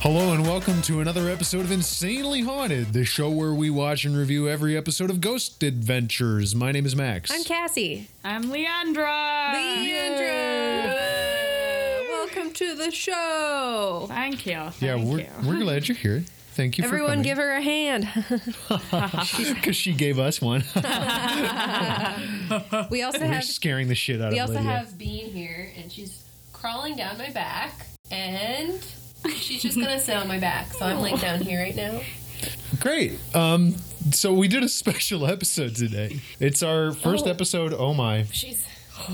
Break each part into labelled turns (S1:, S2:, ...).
S1: Hello and welcome to another episode of Insanely Haunted, the show where we watch and review every episode of Ghost Adventures. My name is Max.
S2: I'm Cassie.
S3: I'm Leandra.
S2: Leandra. Welcome to the show.
S3: Thank you. Thank
S1: yeah, we're,
S3: you.
S1: we're glad you're here. Thank you
S2: Everyone
S1: for
S2: give her a hand.
S1: give because she gave us one.
S2: We also
S1: we're
S2: have
S1: scaring the shit out
S2: we
S1: of
S2: also
S1: Lydia.
S2: have Bean here and she's crawling down my back and she's just gonna sit on my back. So I'm like down here right now.
S1: Great. Um, so we did a special episode today. It's our first
S2: Oh.
S1: episode. Oh my,
S2: She's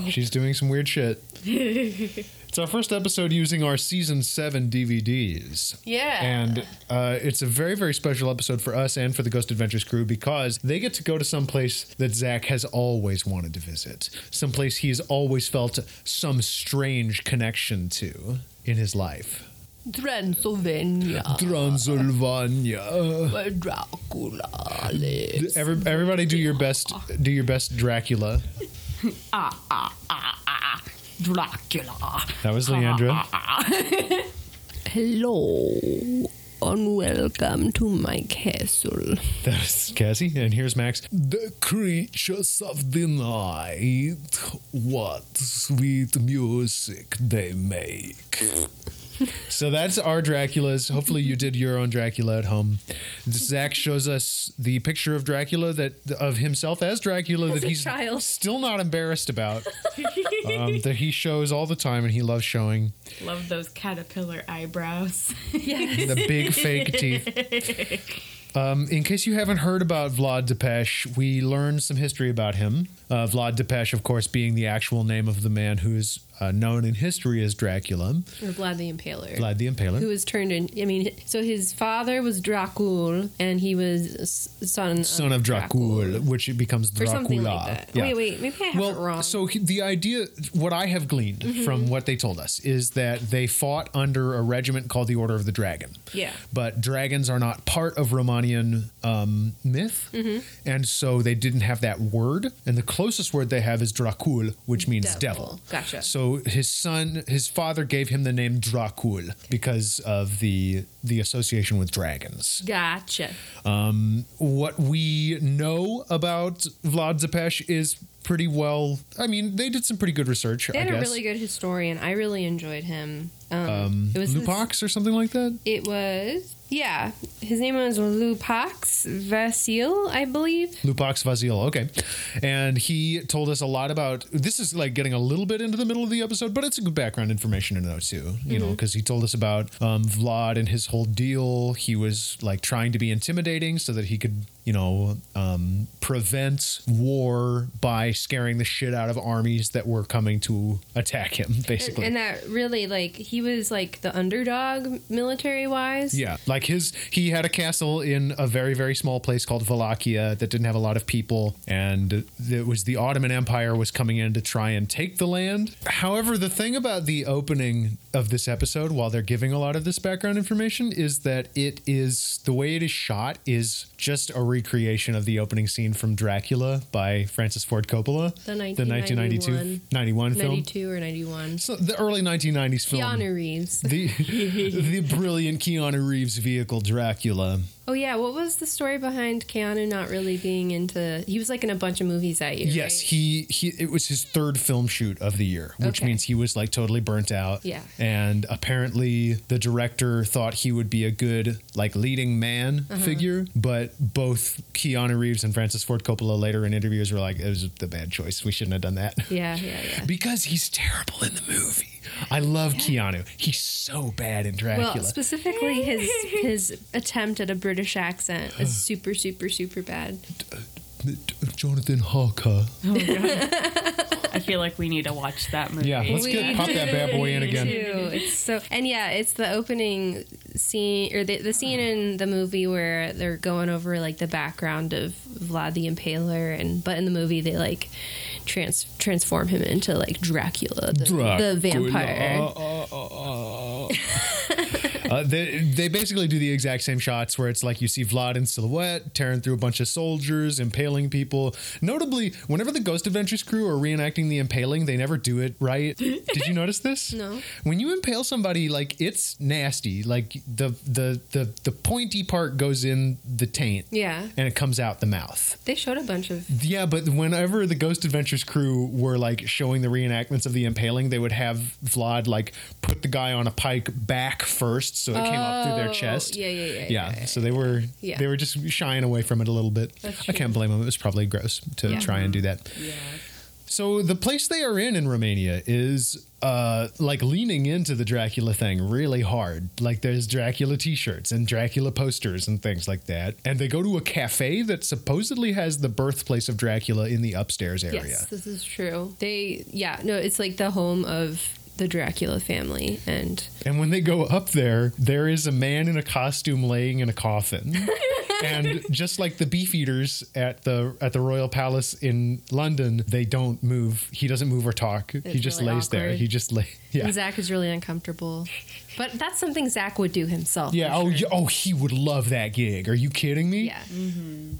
S1: she's doing some weird shit. It's our first episode using our season seven DVDs.
S2: Yeah.
S1: And uh, it's a very, very special episode for us and for the Ghost Adventures crew because they get to go to some place that Zach has always wanted to visit, some place he has always felt some strange connection to in his life.
S2: Transylvania
S1: Transylvania.
S2: where Dracula lives.
S1: Every, everybody, do your best. Do your best, Dracula.
S3: Dracula.
S1: That was Leandra.
S2: Hello and welcome to my castle.
S1: That was Cassie. And here's Max. The creatures of the night. What sweet music they make. so that's our Dracula's. Hopefully, you did your own Dracula at home. Zach shows us the picture of Dracula that of himself as Dracula that
S2: a
S1: he's
S2: child.
S1: still not embarrassed about. um, that he shows all the time and he loves showing
S3: Love those caterpillar eyebrows.
S1: the big fake teeth. Um, in case you haven't heard about Vlad Depeche, we learned some history about him. Uh, Vlad Depeche, of course, being the actual name of the man who is uh, known in history as Dracula,
S2: Or Vlad the Impaler.
S1: Vlad the
S2: Who uh,
S1: Impaler.
S2: was turned in? I mean, so his father was Dracul, and he was s- son
S1: Son of Dracul, which it becomes
S2: or
S1: Dracula.
S2: something like that.
S1: Yeah.
S2: Wait, wait, maybe I have
S1: well,
S2: it wrong. Mm-hmm.
S1: So he- the idea, what I have gleaned from what they told us, is that they fought under a regiment called the Order of the Dragon.
S2: Yeah.
S1: But dragons are not part of Romanian um, myth, and so they didn't have that word. And the closest word they have is Dracul, which means devil.
S2: Devil. Gotcha.
S1: So his son, his father gave him the name Dracul because of the the association with dragons.
S2: gotcha.
S1: Um, what we know about Vlad Zepesh is pretty well. I mean, they did some pretty good research.
S2: They
S1: I
S2: had
S1: guess.
S2: a really good historian. I really enjoyed him. Um, it was this-
S1: Lupax or something like that.
S2: it was yeah. His name was Lupax Vasil, I believe.
S1: Lupax Vasil. Okay, and he told us a lot about. This is like getting a little bit into the middle of the episode, but it's a good background information to know too. You know, because he told us about um, Vlad and his whole deal. He was like trying to be intimidating so that he could, you know, um, prevent war by scaring the shit out of armies that were coming to attack him.
S2: And,
S1: Basically,
S2: and that really like he was like the underdog military wise.
S1: Yeah, like his he had a castle in a very very small place called Wallachia that didn't have a lot of people, and it was the Ottoman Empire was coming in to try and take the land. However, the thing about the opening of this episode, while they're giving a lot of this background information, is that it is the way it is shot is just a recreation of the opening scene from Dracula by Francis Ford Coppola,
S2: The
S1: 1992
S2: 1991
S1: 91 film.
S2: 92 or 91.
S1: So the early 1990s film.
S2: Keanu Reeves.
S1: the the brilliant Keanu Reeves vehicle Dracula.
S2: Oh yeah, what was the story behind Keanu not really being into? He was like in a bunch of movies that year.
S1: Yes,
S2: right?
S1: he he it was his third film shoot of the year, which
S2: Okay.
S1: means he was like totally burnt out.
S2: Yeah.
S1: And apparently the director thought he would be a good like leading man
S2: Uh-huh.
S1: figure, but both Keanu Reeves and Francis Ford Coppola later in interviews were like it was the bad choice. We shouldn't have done that.
S2: Yeah, yeah, yeah.
S1: Because he's terrible in the movie. I love Keanu. He's so bad in Dracula.
S2: Well, specifically his his attempt at a British accent is super, super, super bad.
S1: Jonathan Harker.
S3: Oh I feel like we need to watch that movie.
S1: Yeah, let's get
S2: We
S1: pop that bad boy in
S2: Me
S1: again.
S2: too. It's so and yeah, it's the opening scene or the, the scene in the movie where they're going over like the background of Vlad the Impaler and but in the movie they like trans transform him into like Dracula, the, the vampire.
S1: Uh, they, they basically do the exact same shots where it's like you see Vlad in silhouette tearing through a bunch of soldiers, impaling people. Notably, whenever the Ghost Adventures crew are reenacting the impaling, they never do it right. Did you notice this?
S2: No.
S1: When you impale somebody, like it's nasty. Like the the the the pointy part goes in the taint.
S2: Yeah.
S1: And it comes out the mouth.
S2: They showed a bunch of
S1: Yeah, but whenever the Ghost Adventures crew were like showing the reenactments of the impaling, they would have Vlad like put the guy on a pike back first, so it came up through their
S2: Oh,
S1: chest.
S2: yeah, yeah, yeah,
S1: yeah.
S2: yeah, yeah,
S1: so they were
S2: yeah.
S1: they were just shying away from it a little bit. I can't blame them. It was probably gross to
S2: Yeah.
S1: try and do that. So the place they are in in Romania is uh, like leaning into the Dracula thing really hard. Like there's Dracula T-shirts and Dracula posters and things like that. And they go to a cafe that supposedly has the birthplace of Dracula in the upstairs area.
S2: Yes, this is true. They yeah, no, it's like the home of the Dracula family and
S1: And when they go up there, there is a man in a costume laying in a coffin. and just like the beef eaters at the at the Royal Palace in London, they don't move. He doesn't move or talk. he
S2: It's
S1: just
S2: really
S1: lays there.
S2: awkward.
S1: He just lay. Yeah.
S2: and Zach is really uncomfortable. But that's something Zach would do himself.
S1: Yeah.
S2: for
S1: Oh,
S2: sure.
S1: yeah, oh, he would love that gig. Are you kidding me?
S2: yeah.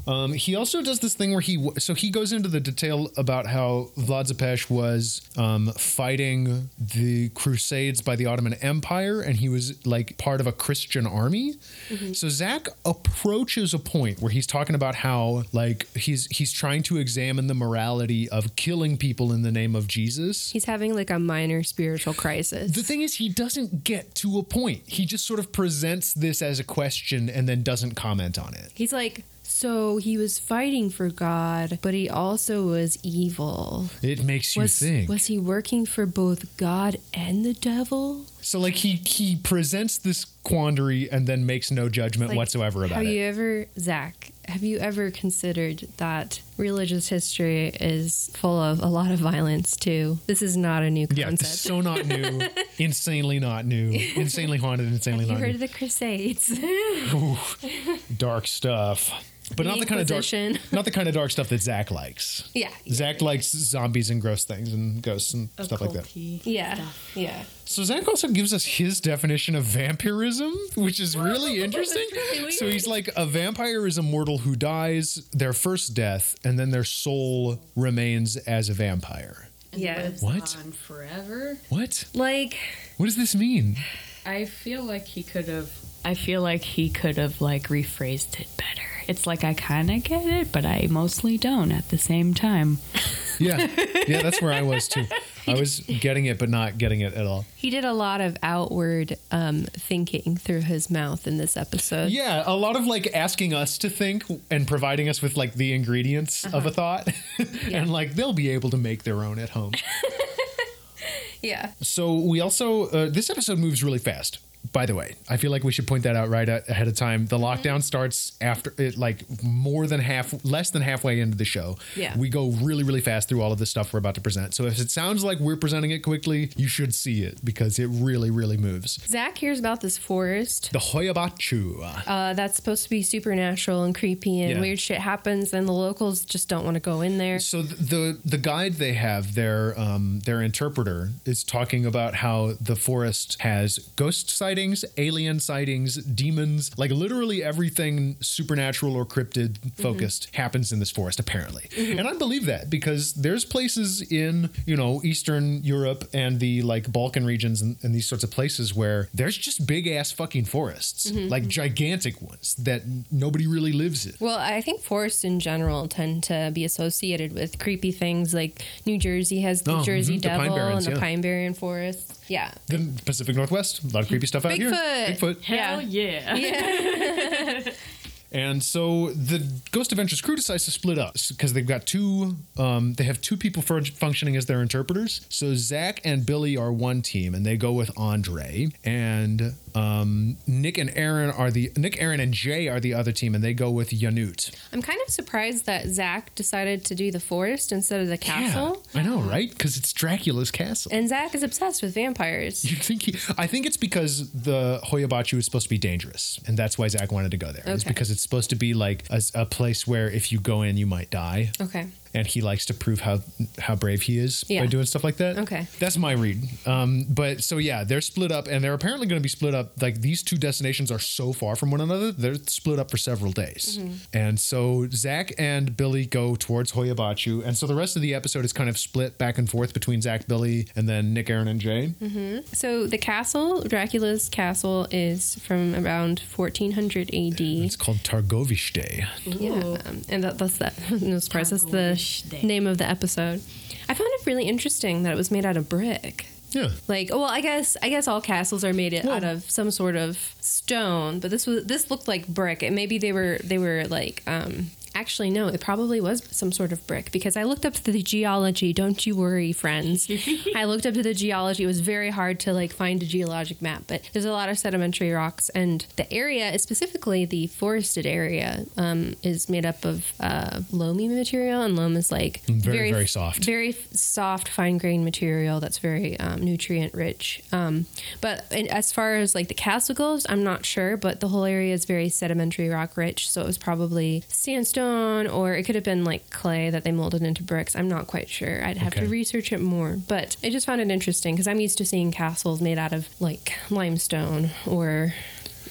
S1: Um, he also does this thing where he w- so he goes into the detail about how Vlad Zepes was um, fighting the Crusades by the Ottoman Empire, and he was like part of a Christian army.
S2: Mm-hmm.
S1: So Zach approaches a point where he's talking about how like he's he's trying to examine the morality of killing people in the name of Jesus.
S2: He's having like a minor spiritual crisis.
S1: The thing is, he doesn't get to a point. He just sort of presents this as a question and then doesn't comment on it.
S2: He's like, so he was fighting for God, but he also was evil.
S1: It makes you
S2: Was,
S1: think.
S2: was he working for both God and the devil?
S1: So like he he presents this quandary and then makes no judgment
S2: Like,
S1: whatsoever about
S2: Have
S1: it.
S2: you ever, Zach, have you ever considered that religious history is full of a lot of violence too? This is not a new
S1: yeah,
S2: concept.
S1: it's so not new, insanely not new, insanely haunted, insanely
S2: you
S1: not
S2: heard of
S1: new.
S2: the Crusades?
S1: Dark stuff, but
S2: The
S1: not the kind of dark,
S2: Inquisition.
S1: not the kind of dark stuff that Zach likes.
S2: yeah. Oh,
S1: Zach likes zombies and gross things and ghosts and stuff like that.
S3: Occulty.
S2: Yeah. Yeah.
S1: So Zach also gives us his definition of vampirism, which is really interesting. so he's like a vampire is a mortal who dies their first death and then their soul remains as a vampire.
S2: Yeah.
S3: Lives
S1: What?
S3: on forever.
S1: What?
S2: Like,
S1: What does this mean?
S3: I feel like he could have. I feel like he could have like rephrased it better. It's like I kind of get it, but I mostly don't at the same time.
S1: Yeah, yeah, that's where I was too. I was getting it, but not getting it at all.
S2: he did a lot of outward um, thinking through his mouth in this episode.
S1: Yeah, a lot of like asking us to think and providing us with like the ingredients of a thought, and like they'll be able to make their own at home.
S2: yeah.
S1: So we also uh, this episode moves really fast. By the way, I feel like we should point that out right a- ahead of time. The lockdown starts after it, like more than half, less than halfway into the show.
S2: Yeah.
S1: we go really, really fast through all of the stuff we're about to present. So if it sounds like we're presenting it quickly, you should see it because it really, really moves.
S2: Zach hears about this forest
S1: The Hoyabachu.
S2: uh, that's supposed to be supernatural and creepy, and
S1: Yeah.
S2: weird shit happens, and the locals just don't want to go in there.
S1: So th- the the guide they have, their um, their interpreter is talking about how the forest has ghost sightings, alien sightings, demons, like literally everything supernatural or cryptid focused happens in this forest apparently. And I believe that because there's places in, you know, Eastern Europe and the like Balkan regions and, and these sorts of places where there's just big ass fucking forests, like gigantic ones that nobody really lives in.
S2: Well, I think forests in general tend to be associated with creepy things. Like New Jersey has the
S1: Oh,
S2: Jersey
S1: mhm, the pine
S2: Devil
S1: barrens,
S2: and the
S1: yeah.
S2: Pine Barren Forest. Yeah.
S1: The Pacific Northwest, a lot of creepy stuff out here.
S2: Bigfoot.
S1: Bigfoot.
S2: Yeah.
S3: Hell yeah!
S2: Yeah.
S1: And so the Ghost Adventures crew decides to split up because they've got two, um, they have two people fun- functioning as their interpreters. So Zach and Billy are one team and they go with Andre. And um, Nick and Aaron are the, Nick, Aaron, and Jay are the other team and they go with Yanut.
S2: I'm kind of surprised that Zach decided to do the forest instead of the castle.
S1: I know, right? Because it's Dracula's castle.
S2: And Zach is obsessed with vampires.
S1: You think he, I think it's because the Hoyabachi was supposed to be dangerous, and that's why Zach wanted to go there. It's
S2: Okay.
S1: because it's supposed to be like a, a place where if you go in, you might die,
S2: Okay.
S1: and he likes to prove how how brave he is
S2: Yeah.
S1: by doing stuff like that.
S2: Okay.
S1: that's my read. Um, but so yeah, they're split up, and they're apparently going to be split up. Like these two destinations are so far from one another, they're split up for several days.
S2: Mm-hmm.
S1: And so Zach and Billy go towards Hoyabachu, and so the rest of the episode is kind of split back and forth between Zach, Billy, and then Nick, Aaron, and Jay.
S2: Mm-hmm. So the castle, Dracula's castle, is from around 1400 AD.
S1: It's called Targovish Day.
S2: Yeah, um, and that, that's that. no surprise. That's the
S3: Targovish Day.
S2: name of the episode. I found it really interesting that it was made out of brick.
S1: Yeah.
S2: Like, well, I guess I guess all castles are made out
S1: Well-
S2: of some sort of stone, but this was this looked like brick, and maybe they were they were like. um Actually, no, it probably was some sort of brick because I looked up to the geology. Don't you worry, friends. I looked up to the geology. It was very hard to like find a geologic map, but there's a lot of sedimentary rocks, and the area, specifically the forested area, um, is made up of uh, loamy material, and loam is like
S1: Very, very soft.
S2: very f- soft, fine grained material that's very um, nutrient rich. Um, but and as far as like the castle goes, I'm not sure, but the whole area is very sedimentary rock rich. So it was probably sandstone or it could have been like clay that they molded into bricks. I'm not quite sure. I'd have
S1: Okay.
S2: to research it more. But I just found it interesting because I'm used to seeing castles made out of like limestone or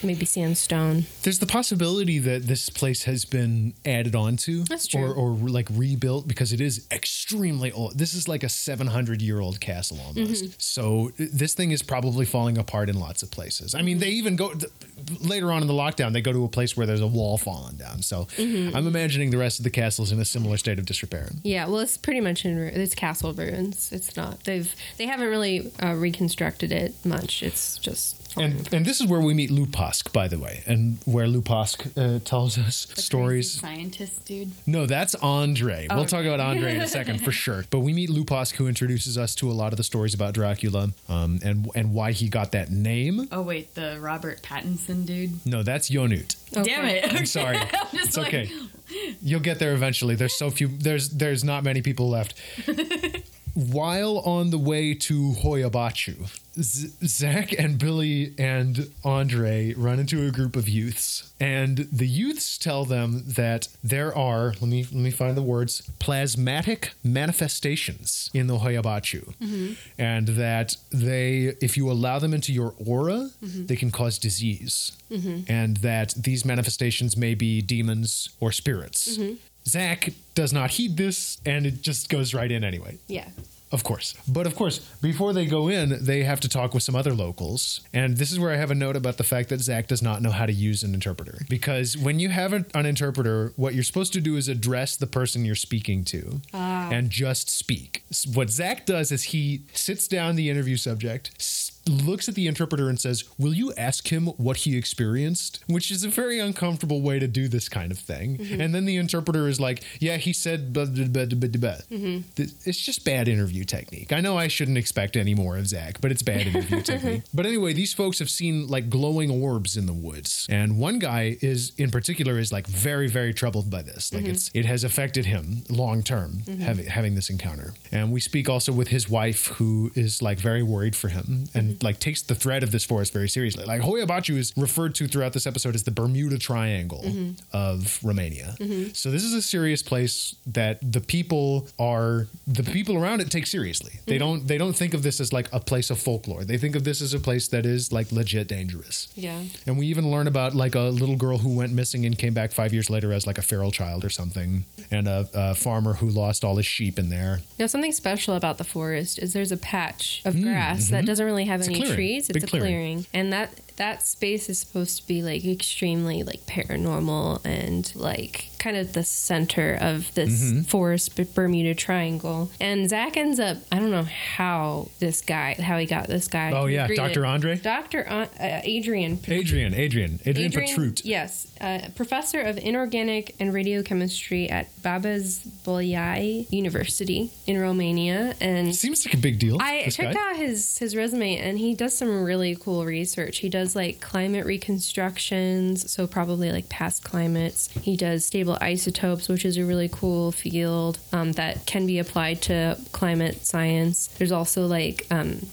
S2: maybe sandstone.
S1: There's the possibility that this place has been added onto
S2: That's
S1: or,
S2: true.
S1: or like rebuilt because it is extremely old. This is like a 700 year old castle almost.
S2: Mm-hmm.
S1: So th- this thing is probably falling apart in lots of places. I mean, they even go th- later on in the lockdown, they go to a place where there's a wall falling down. So
S2: Mm-hmm.
S1: I'm imagining the rest of the castle's in a similar state of disrepair.
S2: Yeah, well, it's pretty much in ru- it's castle ruins. It's not they've they haven't really uh, reconstructed it much. It's just
S1: And, and this is where we meet Lupask, by the way, and where Lupask uh, tells us stories
S3: Scientist dude.
S1: No, that's Andre. We'll talk about Andre in a second for sure. But we meet Lupask, who introduces us to a lot of the stories about Dracula um, and and why he got that name.
S3: Oh wait, the Robert Pattinson dude.
S1: No, that's Yonut.
S3: Damn it!
S1: I'm sorry.
S3: I'm just
S1: it's
S3: like-
S1: okay. You'll get there eventually. There's so few. There's there's not many people left. While on the way to Hoyabachu, Z- Zach and Billy and Andre run into a group of youths, and the youths tell them that there are let me let me find the words plasmatic manifestations in the Hoyabachu, and that they if you allow them into your aura, they can cause disease, and that these manifestations may be demons or spirits. Zach does not heed this, and it just goes right in anyway.
S2: yeah.
S1: Of course. But of course, before they go in, they have to talk with some other locals. And this is where I have a note about the fact that Zach does not know how to use an interpreter. Because when you have an, an interpreter, what you're supposed to do is address the person you're speaking to and just speak. S- What Zach does is he sits down the interview subject, s- looks at the interpreter, and says, Will you ask him what he experienced? Which is a very uncomfortable way to do this kind of thing. And then the interpreter is like, Yeah, he said, blah, blah, blah, blah, blah, blah." Th- it's just bad interview technique. I know I shouldn't expect any more of Zach, but it's bad interview technique. But anyway, these folks have seen like glowing orbs in the woods, and one guy is in particular is like very very troubled by this. Like it's it has affected him long term having having this encounter. And we speak also with his wife, who is like very worried for him and like takes the threat of this forest very seriously. Like Hoyabachu is referred to throughout this episode as the Bermuda Triangle of Romania. So this is a serious place that the people are the people around it take seriously. They don't they don't think of this as like a place of folklore. They think of this as a place that is like legit dangerous.
S2: Yeah.
S1: And we even learn about like a little girl who went missing and came back five years later as like a feral child or something, and a, a farmer who lost all his sheep in there.
S2: Now something special about the forest is there's a patch of grass that doesn't really have
S1: Mm, mm-hmm. a
S2: any
S1: clearing.
S2: trees. It's
S1: Big
S2: a
S1: clearing.
S2: clearing. and that that space is supposed to be like extremely like paranormal and like kind of the center of this
S1: Mm-hmm.
S2: forest B- Bermuda Triangle. And Zach ends up I don't know how this guy how he got this guy.
S1: Oh,
S2: to
S1: yeah,
S2: agree
S1: Dr.
S2: to-
S1: Andre?
S2: Dr. An- uh, Adrian
S1: Adrian, Adrian, Adrian, Petrut.
S2: Yes, uh, professor of inorganic and radiochemistry at Babes Bolyai University in Romania, and
S1: Seems like a big deal.
S2: I
S1: this
S2: checked
S1: guy.
S2: out his his resume, and he does some really cool research. He does like climate reconstructions, so probably like past climates. He does stable isotopes, which is a really cool field um, that can be applied to climate science. There's also like um,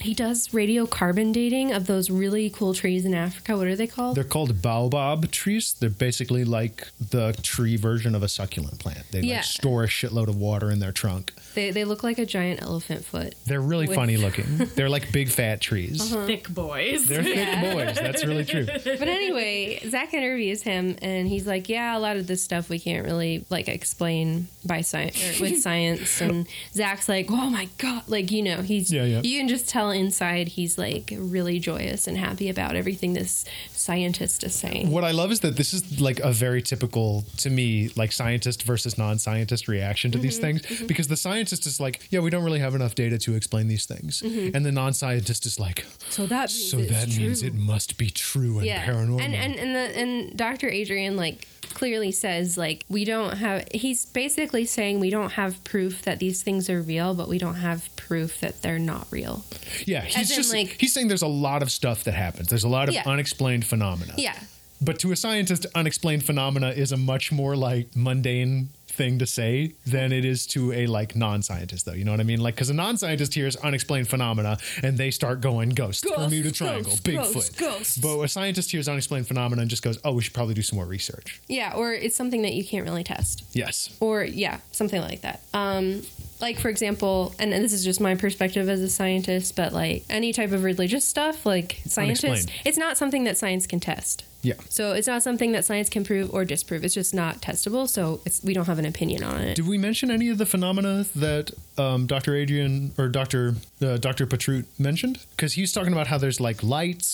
S2: he does radiocarbon dating of those really cool trees in Africa. What are they called?
S1: They're called baobab trees. They're basically like the tree version of a succulent plant. They
S2: Yeah.
S1: like store a shitload of water in their trunk.
S2: They, they look like a giant elephant foot.
S1: They're really
S2: With-
S1: funny looking. They're like big fat trees.
S2: Uh-huh.
S3: Thick boys.
S1: They're thick boys. That's really true.
S2: But anyway, Zach interviews him, and he's like, "Yeah, a lot of this stuff we can't really like explain by science or with science." And Zach's like, "Oh my god!" Like you know, he's
S1: Yeah, yeah.
S2: you can just tell inside he's like really joyous and happy about everything this scientist is saying.
S1: What I love is that this is like a very typical to me, like scientist versus non scientist reaction to
S2: Mm-hmm,
S1: these things because the scientist is like, yeah, we don't really have enough data to explain these things. And the non scientist is like,
S2: So that Mm-hmm. means
S1: so
S2: it's
S1: that means
S2: true."
S1: it must be true and
S2: yeah.
S1: paranormal.
S2: And and and, the, and Dr. Adrian like clearly says like we don't have he's basically saying we don't have proof that these things are real but we don't have proof that they're not real
S1: yeah, he's
S2: in,
S1: just
S2: like-
S1: he's saying there's a lot of stuff that happens. There's a lot of
S2: Yeah.
S1: unexplained phenomena.
S2: yeah
S1: But to a scientist, unexplained phenomena is a much more like mundane thing to say than it is to a like non-scientist though you know what i mean like because a non-scientist hears unexplained phenomena and they start going ghosts,
S2: Ghosts,
S1: bermuda triangle
S2: ghosts,
S1: bigfoot
S2: ghosts, ghosts.
S1: but a scientist hears unexplained phenomena and just goes oh we should probably do some more research
S2: Yeah, or it's something that you can't really test.
S1: yes
S2: Or yeah, something like that. Um like for example, and this is just my perspective as a scientist, but like any type of religious stuff, like scientists,
S1: Unexplained.
S2: it's not something that science can test.
S1: yeah
S2: So it's not something that science can prove or disprove. It's just not testable, so it's we don't have an opinion on it.
S1: did we mention any of the phenomena that um, dr adrian or dr uh, dr patrut mentioned because he's talking about how there's like lights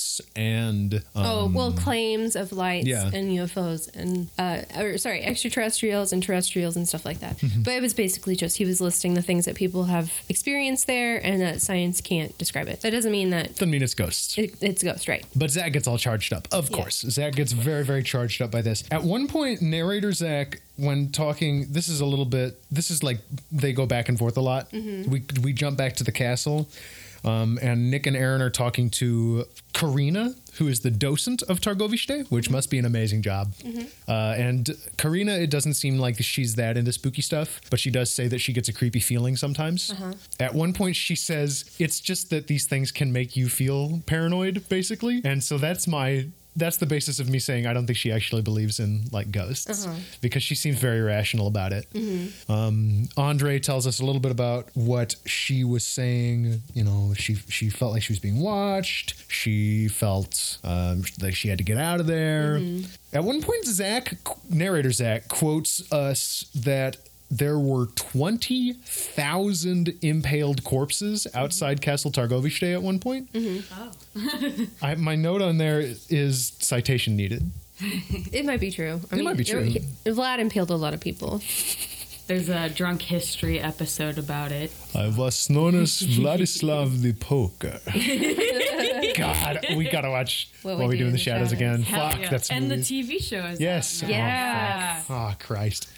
S1: and um,
S2: Oh well, claims of lights
S1: Yeah.
S2: and UFOs and uh, or sorry, extraterrestrials and terrestrials and stuff like that.
S1: Mm-hmm.
S2: But it was basically just he was listing the things that people have experienced there and that science can't describe it. That doesn't mean that
S1: doesn't mean it's ghosts
S2: It, it's a ghost, right?
S1: But Zach gets all charged up. Of course. Zach gets very, very charged up by this. At one point, narrator Zach, when talking, this is a little bit, this is like they go back and forth a lot. We, we jump back to the castle, um, and Nick and Aaron are talking to Karina, who is the docent of Targoviste, which must be an amazing job. Uh, and Karina, it doesn't seem like she's that into spooky stuff, but she does say that she gets a creepy feeling sometimes. At one point, she says, It's just that these things can make you feel paranoid, basically. And so that's my. That's the basis of me saying I don't think she actually believes in like ghosts because she seems very rational about it. Um, Andre tells us a little bit about what she was saying. You know, she she felt like she was being watched. She felt um, like she had to get out of there. At one point, Zach, narrator Zach, quotes us that there were 20,000 impaled corpses outside Castle Targoviste at one point.
S3: Oh.
S1: I, my note on there is citation needed.
S2: It might be true. I
S1: It might be true.
S2: Vlad impaled a lot of people.
S3: There's a drunk history episode about it.
S1: I was known as Vladislav the Poker. God, we gotta watch What, We Do in the Shadows, again. Fuck, that's
S3: and the
S1: movie.
S3: TV show is
S1: Yes.
S3: out
S1: Oh,
S3: now.
S2: Yeah.
S1: fuck. Oh, Christ.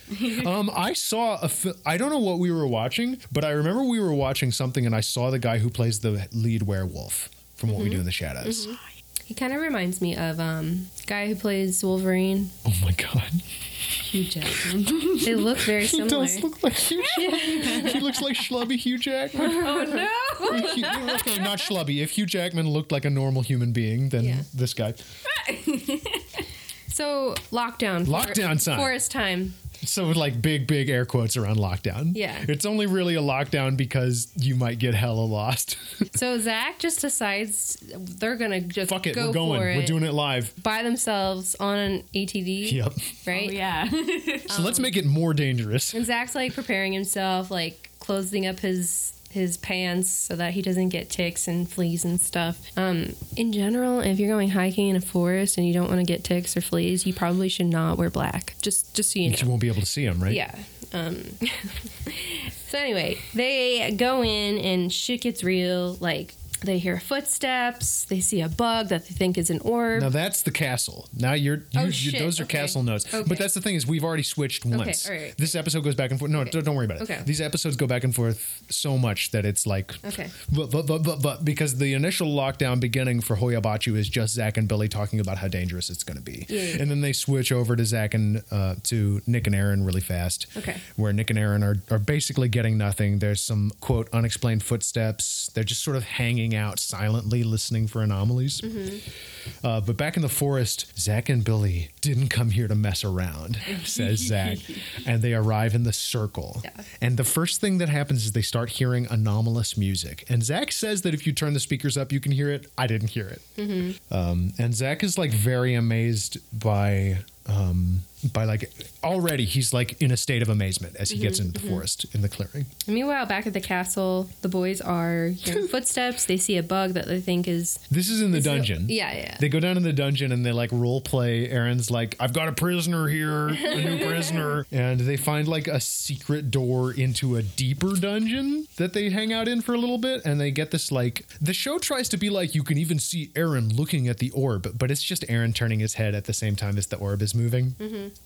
S1: um, I saw a. Fi- I don't know what we were watching, but I remember we were watching something, and I saw the guy who plays the lead werewolf from What We Do in the Shadows.
S2: He kind of reminds me of um guy who plays Wolverine.
S1: Oh my God,
S3: Hugh Jackman.
S2: They look very
S1: he
S2: similar.
S1: does look like Hugh. Jackman. he looks like schlubby Hugh Jackman.
S3: oh no!
S1: Or Hugh- okay, not schlubby. If Hugh Jackman looked like a normal human being, then
S2: Yeah.
S1: this guy.
S2: so lockdown. for-
S1: Lockdown time.
S2: Forest time.
S1: So like big, big air quotes around lockdown.
S2: Yeah.
S1: It's only really a lockdown because you might get hella lost.
S2: So Zach just decides they're gonna just
S1: Fuck it,
S2: go
S1: we're going.
S2: for it
S1: We're doing it live.
S2: by themselves on an ATV.
S1: Yep.
S2: Right.
S3: Oh, yeah.
S2: Um,
S1: So let's make it more dangerous.
S2: And Zach's like preparing himself, like closing up his his pants so that he doesn't get ticks and fleas and stuff. Um, in general, if you're going hiking in a forest and you don't want to get ticks or fleas, you probably should not wear black. Just just so you know.
S1: You won't be able to see him, right?
S2: Yeah. Um, so anyway, they go in and shit gets real. Like they hear footsteps, they see a bug that they think is an orb.
S1: Now that's the castle. Now you're, you,
S2: Oh,
S1: you-
S2: shit.
S1: those are
S2: Okay.
S1: castle notes.
S2: Okay.
S1: But that's the thing is we've already switched once.
S2: all right.
S1: This episode goes back and forth. No, don't- don't worry about it.
S2: Okay.
S1: These episodes go back and forth so much that it's like.
S2: Okay.
S1: But but but but, but because the initial lockdown beginning for Hoyabachu is just Zach and Billy talking about how dangerous it's going to be,
S2: Yeah, yeah.
S1: and then they switch over to Zach and uh, to Nick and Aaron really fast.
S2: Okay.
S1: Where Nick and Aaron are are basically getting nothing. There's some quote unexplained footsteps. They're just sort of hanging out silently, listening for anomalies.
S2: Mm-hmm.
S1: Uh, but back in the forest, Zach and Billy didn't come here to mess around, says Zach. and they arrive in the circle.
S2: Yeah.
S1: And the first thing that happens is they start hearing anomalous music. And Zach says that if you turn the speakers up, you can hear it. I didn't hear it.
S2: Mm-hmm.
S1: Um, and Zach is like very amazed by. Um, by like already he's like in a state of amazement as he
S2: Mm-hmm.
S1: gets into the forest in the clearing.
S2: Meanwhile, back at the castle, the boys are hearing footsteps. They see a bug that they think is
S1: This is in the
S2: is a-
S1: dungeon.
S2: yeah, yeah.
S1: They go down in the dungeon and they like role play. Aaron's like, I've got a prisoner here, a new prisoner. And they find like a secret door into a deeper dungeon that they hang out in for a little bit. And they get this like, the show tries to be like, you can even see Aaron looking at the orb, but it's just Aaron turning his head at the same time as the orb is moving.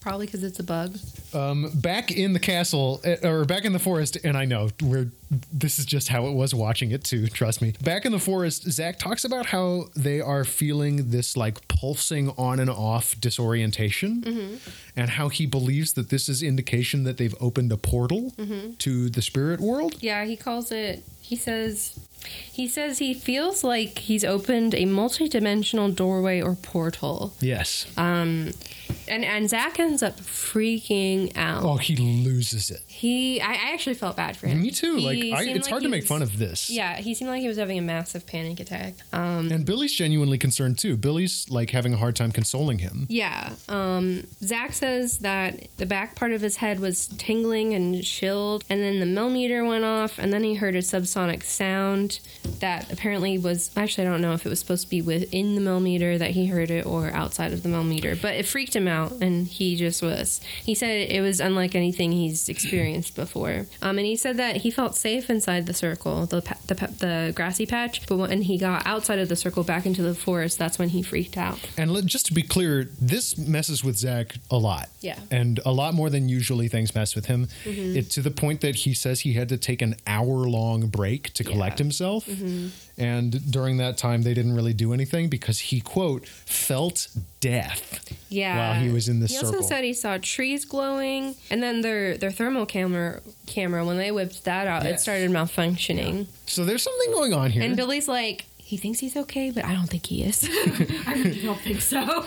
S2: probably because it's a bug.
S1: Um, back in the castle, eh, or back in the forest, and I know we're this is just how it was watching it too. Trust me. Back in the forest, Zach talks about how they are feeling this like pulsing on and off disorientation,
S2: Mm-hmm.
S1: and how he believes that this is indication that they've opened a portal
S2: Mm-hmm.
S1: to the spirit world.
S2: Yeah, he calls it. He says. He says he feels like he's opened a multi-dimensional doorway or portal,
S1: Yes.
S2: and and Zach ends up freaking out.
S1: oh, he loses it.
S2: He, I, I actually felt bad for him.
S1: Me too. Like,
S2: He
S1: I,
S2: seemed
S1: it's hard
S2: he
S1: to make
S2: was-
S1: fun of this.
S2: Yeah, he seemed like he was having a massive panic attack.
S1: And Billy's genuinely concerned too. Billy's like having a hard time consoling him.
S2: Yeah. Um, Zach says that the back part of his head was tingling and chilled, and then the millimeter went off, and then he heard a subsonic sound that apparently was actually, I don't know if it was supposed to be within the millimeter that he heard it or outside of the millimeter, but it freaked him out, and he just was. He said it was unlike anything he's experienced before. Um, and he said that he felt safe inside the circle, the, pa- the, pa- the grassy patch, but when he got outside of the circle back into the forest, that's when he freaked out.
S1: And let, just to be clear, this messes with Zach a lot.
S2: Yeah. Mm-hmm.
S1: And a lot more than usually things mess with him. It, to the point that he says he had to take an hour long break to collect
S2: Yeah. Mm-hmm.
S1: himself. And during that time, they didn't really do anything because he, quote, felt death.
S2: Yeah.
S1: While he was in the
S2: he
S1: circle.
S2: also said he saw trees glowing, and then their their thermal camera camera when they whipped that out, it
S1: Yes.
S2: started malfunctioning.
S1: so there's something going on here.
S2: And Billy's like, he thinks he's okay, but I don't think he is.
S3: I really don't think so.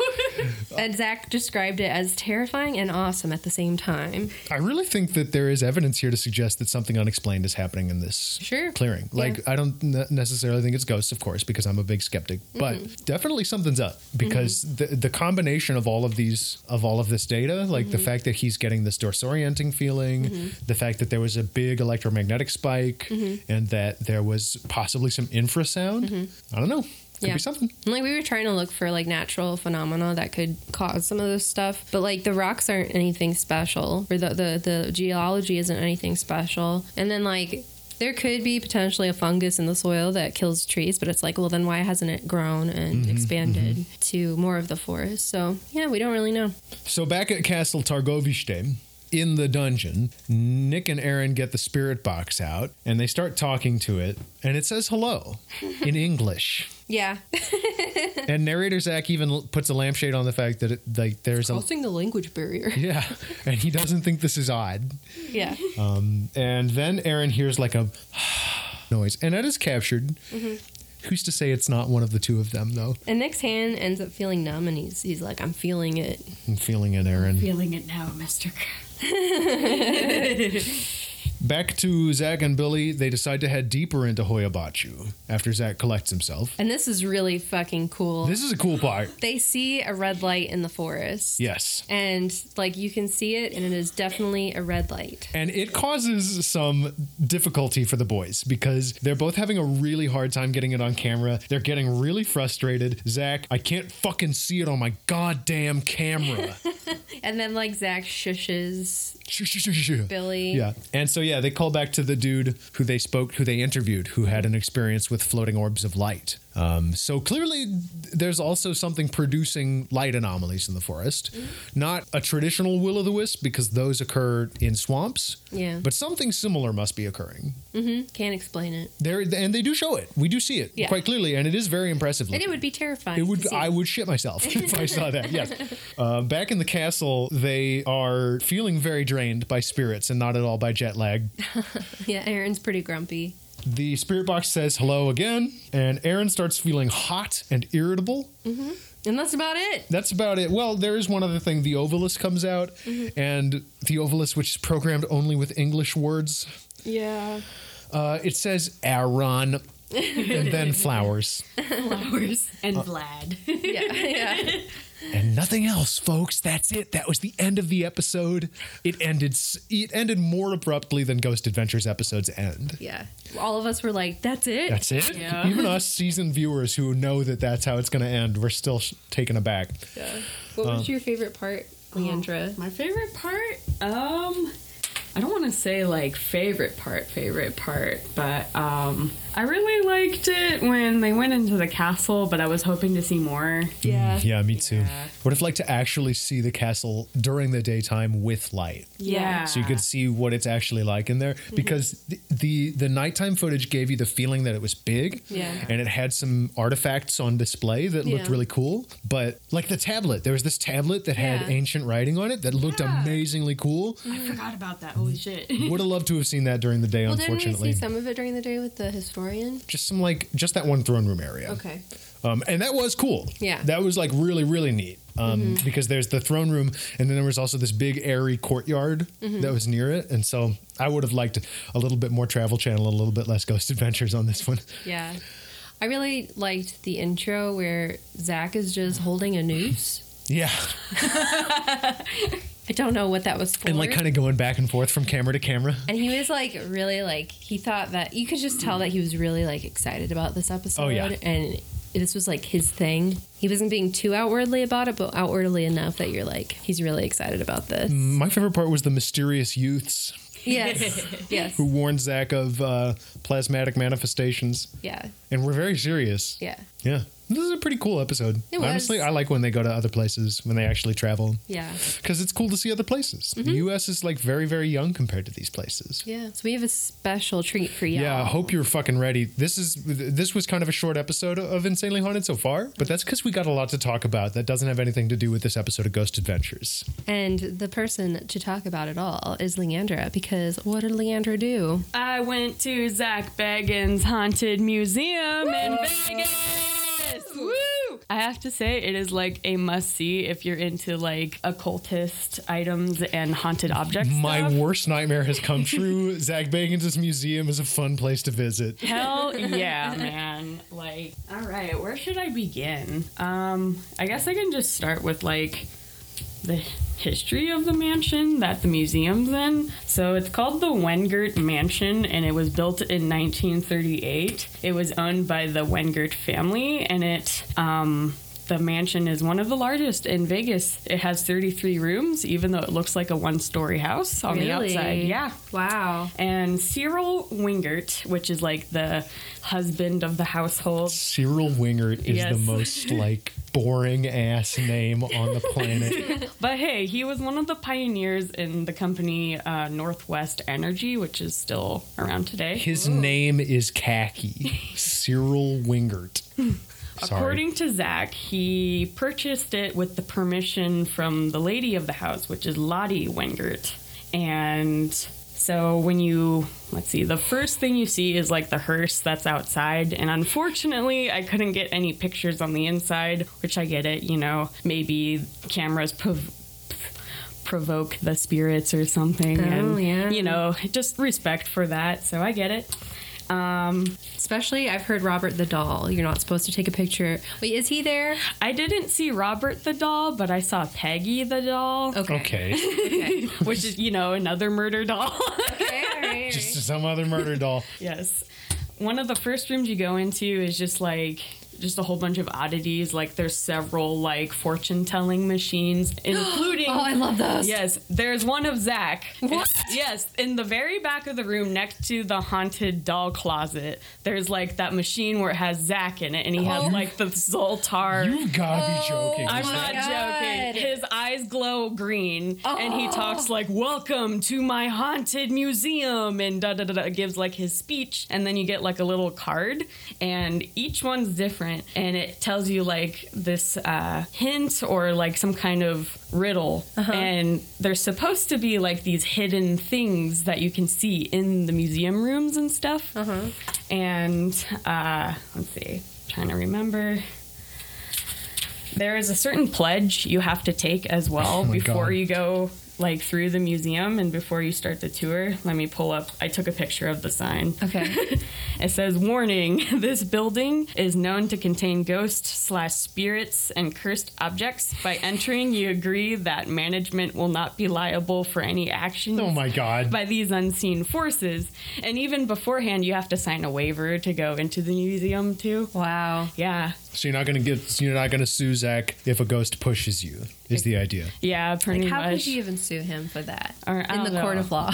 S2: and Zach described it as terrifying and awesome at the same time.
S1: I really think that there is evidence here to suggest that something unexplained is happening in this
S2: Sure.
S1: clearing. Like, I don't ne- necessarily think it's ghosts, of course, because I'm a big skeptic,
S2: Mm-hmm.
S1: but definitely something's up because the, the combination of all of these, of all of this data, like
S2: Mm-hmm.
S1: the fact that he's getting this disorienting feeling, the fact that there was a big electromagnetic spike,
S2: Mm-hmm.
S1: and that there was possibly some infrasound. I don't know. Could
S2: Mm-hmm. Yeah.
S1: be something.
S2: Like we were trying to look for like natural phenomena that could cause some of this stuff, but like the rocks aren't anything special, or the the, the geology isn't anything special. And then like there could be potentially a fungus in the soil that kills trees, but it's like, well, then why hasn't it grown and expanded to more of the forest? So yeah, we don't really know.
S1: So back at Castle Targoviste, in the dungeon, Nick and Aaron get the spirit box out and they start talking to it, and it says hello in English.
S2: Yeah,
S1: And narrator Zach even l- puts a lampshade on the fact that it, like there's a
S2: crossing the language barrier.
S1: yeah, and he doesn't think this is odd.
S2: Yeah,
S1: Um, and then Aaron hears like a noise, and that is captured. Who's to say it's not one of the two of them though?
S2: and Nick's hand ends up feeling numb, and he's he's like, I'm feeling it.
S1: I'm feeling it, Aaron.
S3: Feeling it now, Mister.
S1: Back to Zack and Billy, they decide to head deeper into Hoyabachu after Zack collects himself.
S2: And this is really fucking cool.
S1: This is a cool part.
S2: they see a red light in the forest.
S1: Yes.
S2: And like you can see it, and it is definitely a red light.
S1: And it causes some difficulty for the boys because they're both having a really hard time getting it on camera. They're getting really frustrated. Zach, I can't fucking see it on my goddamn camera.
S2: And then like Zach shushes
S1: Shoo, shoo, shoo, shoo, shoo.
S2: Billy.
S1: Yeah. And so, yeah, they call back to the dude who they spoke, who they interviewed, who had an experience with floating orbs of light. Um, so clearly, there's also something producing light anomalies in the forest.
S2: Mm-hmm.
S1: Not a traditional will o' the wisp, because those occur in swamps.
S2: Yeah.
S1: But something similar must be occurring.
S2: Can't explain it.
S1: There and they do show it. We do see it
S2: Yeah.
S1: quite clearly, and it is very impressive.
S2: And
S1: looking.
S2: it would be terrifying.
S1: It
S2: to
S1: would.
S2: see.
S1: I would shit myself if I saw that. Yes. Uh, back in the castle, they are feeling very drained by spirits and not at all by jet lag.
S2: Yeah, Aaron's pretty grumpy.
S1: The spirit box says hello again, and Aaron starts feeling hot and irritable.
S2: And that's about it.
S1: That's about it. Well, there is one other thing. The ovilus comes out, and the ovilus, which is programmed only with English words,
S2: Yeah.
S1: uh, it says Aaron, and then flowers,
S3: Flowers and
S1: Uh,
S3: Vlad.
S2: Yeah. yeah.
S1: and nothing else, folks. That's it. That was the end of the episode. It ended. s- It ended more abruptly than Ghost Adventures episodes end.
S2: Yeah. All of us were like, that's it.
S1: That's it.
S3: Yeah.
S1: Even us seasoned viewers who know that that's how it's going to end, we're still sh- taken aback.
S2: yeah. What
S1: Uh,
S2: was your favorite part,
S1: Mm,
S2: Leandra?
S3: My favorite part? Um I don't want to say like favorite part, favorite part, but um I really liked it when they went into the castle, but I was hoping to see more.
S2: Yeah.
S1: Yeah, me too.
S3: Yeah.
S1: What if like to actually see the castle during the daytime with light,
S3: Yeah.
S1: so you
S2: Ah.
S1: could see what it's actually like in there?
S2: Mm-hmm.
S1: Because the, the the nighttime footage gave you the feeling that it was big,
S2: Yeah.
S1: and it had some artifacts on display that looked
S2: Yeah.
S1: really cool. But like the tablet, there was this tablet that had
S2: Yeah.
S1: ancient writing on it that looked
S3: Yeah.
S1: amazingly cool.
S3: I forgot about that. Holy shit.
S1: Would have loved to have seen that during the day,
S2: Well, didn't we
S1: unfortunately.
S2: see some of it during the day with the historian?
S1: just some like just that one throne room area.
S2: Okay.
S1: Um, and that was cool.
S2: Yeah. Mm-hmm.
S1: That was like really, really neat. Um, Because there's the throne room, and then there was also this big airy courtyard
S2: Mm-hmm.
S1: that was near it. And so I would have liked a little bit more Travel Channel, a little bit less Ghost Adventures on this one.
S2: Yeah. I really liked the intro where Zach is just holding a noose.
S1: Yeah.
S2: I don't know what that was for.
S1: And like kind of going back and forth from camera to camera.
S2: And he was like really like he thought that you could just tell that he was really like excited about this episode.
S1: Oh, yeah.
S2: And this was like his thing. He wasn't being too outwardly about it, but outwardly enough that you're like, he's really excited about this.
S1: My favorite part was the mysterious youths
S2: Yes. yes.
S1: who warned Zach of uh, plasmatic manifestations.
S2: Yeah.
S1: And we're very serious.
S2: Yeah.
S1: Yeah. This is a pretty cool episode.
S2: It was.
S1: Honestly, I like when they go to other places, when they actually travel.
S2: Yeah.
S1: because it's cool to see other places. The U.S. is like very, very young compared to these places.
S2: Yeah. So we have a special treat for y'all.
S1: Yeah, I hope you're fucking ready. This is this was kind of a short episode of Insanely Haunted so far, but that's because we got a lot to talk about that doesn't have anything to do with this episode of Ghost Adventures.
S2: And the person to talk about it all is Leandra because what did Leandra do?
S3: I went to Zach Bagans Haunted Museum in Vegas. Woo! I have to say, it is like a must see if you're into like occultist items and haunted objects.
S1: My worst nightmare has come true. Zach Bagans' museum is a fun place to visit.
S3: Hell yeah, man. Like, all right, where should I begin? Um, I guess I can just start with like the history of the mansion that the museum's in. So it's called the Wengert Mansion and it was built in 1938. It was owned by the Wengert family and it um the mansion is one of the largest in Vegas. It has 33 rooms, even though it looks like a one story house on the
S2: Really?
S3: outside. Yeah
S2: Wow.
S3: and Cyril Wingert, which is like the husband of the household.
S1: Cyril Wingert is
S3: Yes.
S1: the most like boring ass name on the planet.
S3: But hey, he was one of the pioneers in the company uh, Northwest Energy, which is still around today.
S1: His name is Khaki. Cyril Wingert. Sorry.
S3: According to Zach, he purchased it with the permission from the lady of the house, which is Lottie Wengert. And so when you, let's see, the first thing you see is like the hearse that's outside. And unfortunately, I couldn't get any pictures on the inside, which I get it, you know, maybe cameras prov- provoke the spirits or something.
S2: Oh,
S3: and,
S2: yeah.
S3: You know, just respect for that. So I get it. Um,
S2: Especially, I've heard Robert the doll. You're not supposed to take a picture. Wait, is he there?
S3: I didn't see Robert the doll, but I saw Peggy the doll,
S2: Okay.
S1: Okay.
S2: Okay.
S3: which is, you know, another murder doll.
S2: Okay, all right,
S1: Just some other murder doll.
S3: Yes. One of the first rooms you go into is just like just a whole bunch of oddities. Like there's several like fortune telling machines, including
S2: Oh, I love those.
S3: Yes, there's one of Zach. What? Yes, in the very back of the room, next to the haunted doll closet, there's like that machine where it has Zach in it, and he has like the Zoltar.
S1: You gotta
S3: Oh.
S1: be joking.
S3: I'm
S2: my
S3: not
S2: God.
S3: joking. His eyes glow green, and he talks like "Welcome to my haunted museum," and da da da da gives like his speech, and then you get like a little card, and each one's different, and it tells you like this uh, hint or like some kind of riddle, and there's supposed to be like these hidden things that you can see in the museum rooms and stuff, and uh, let's see, trying to remember there is a certain pledge you have to take as well
S1: Oh my
S3: before
S1: God.
S3: you go like through the museum and before you start the tour. Let me pull up. I took a picture of the sign.
S2: Okay.
S3: It says, "Warning: This building is known to contain ghosts slash spirits and cursed objects. By entering, you agree that management will not be liable for any actions
S1: Oh my god.
S3: by these unseen forces. And even beforehand, you have to sign a waiver to go into the museum too.
S2: Wow.
S3: Yeah,
S1: So you're not gonna get you're not gonna sue Zach if a ghost pushes you, is the idea.
S3: yeah, pretty
S2: Like, how
S3: much.
S2: could you even sue him for that
S3: Or, I
S2: in the
S3: don't
S2: court
S3: know.
S2: of law?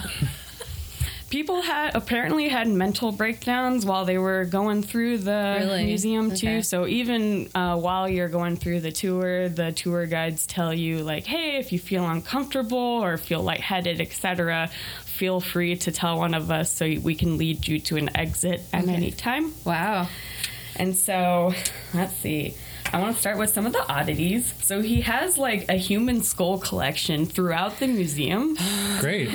S3: people had apparently had mental breakdowns while they were going through the
S2: Really?
S3: museum
S2: Okay.
S3: too so even uh, while you're going through the tour the tour guides tell you like hey if you feel uncomfortable or feel lightheaded etc feel free to tell one of us so we can lead you to an exit at any time
S2: Wow.
S3: and so, let's see. I want to start with some of the oddities. So he has like a human skull collection throughout the museum
S1: Great.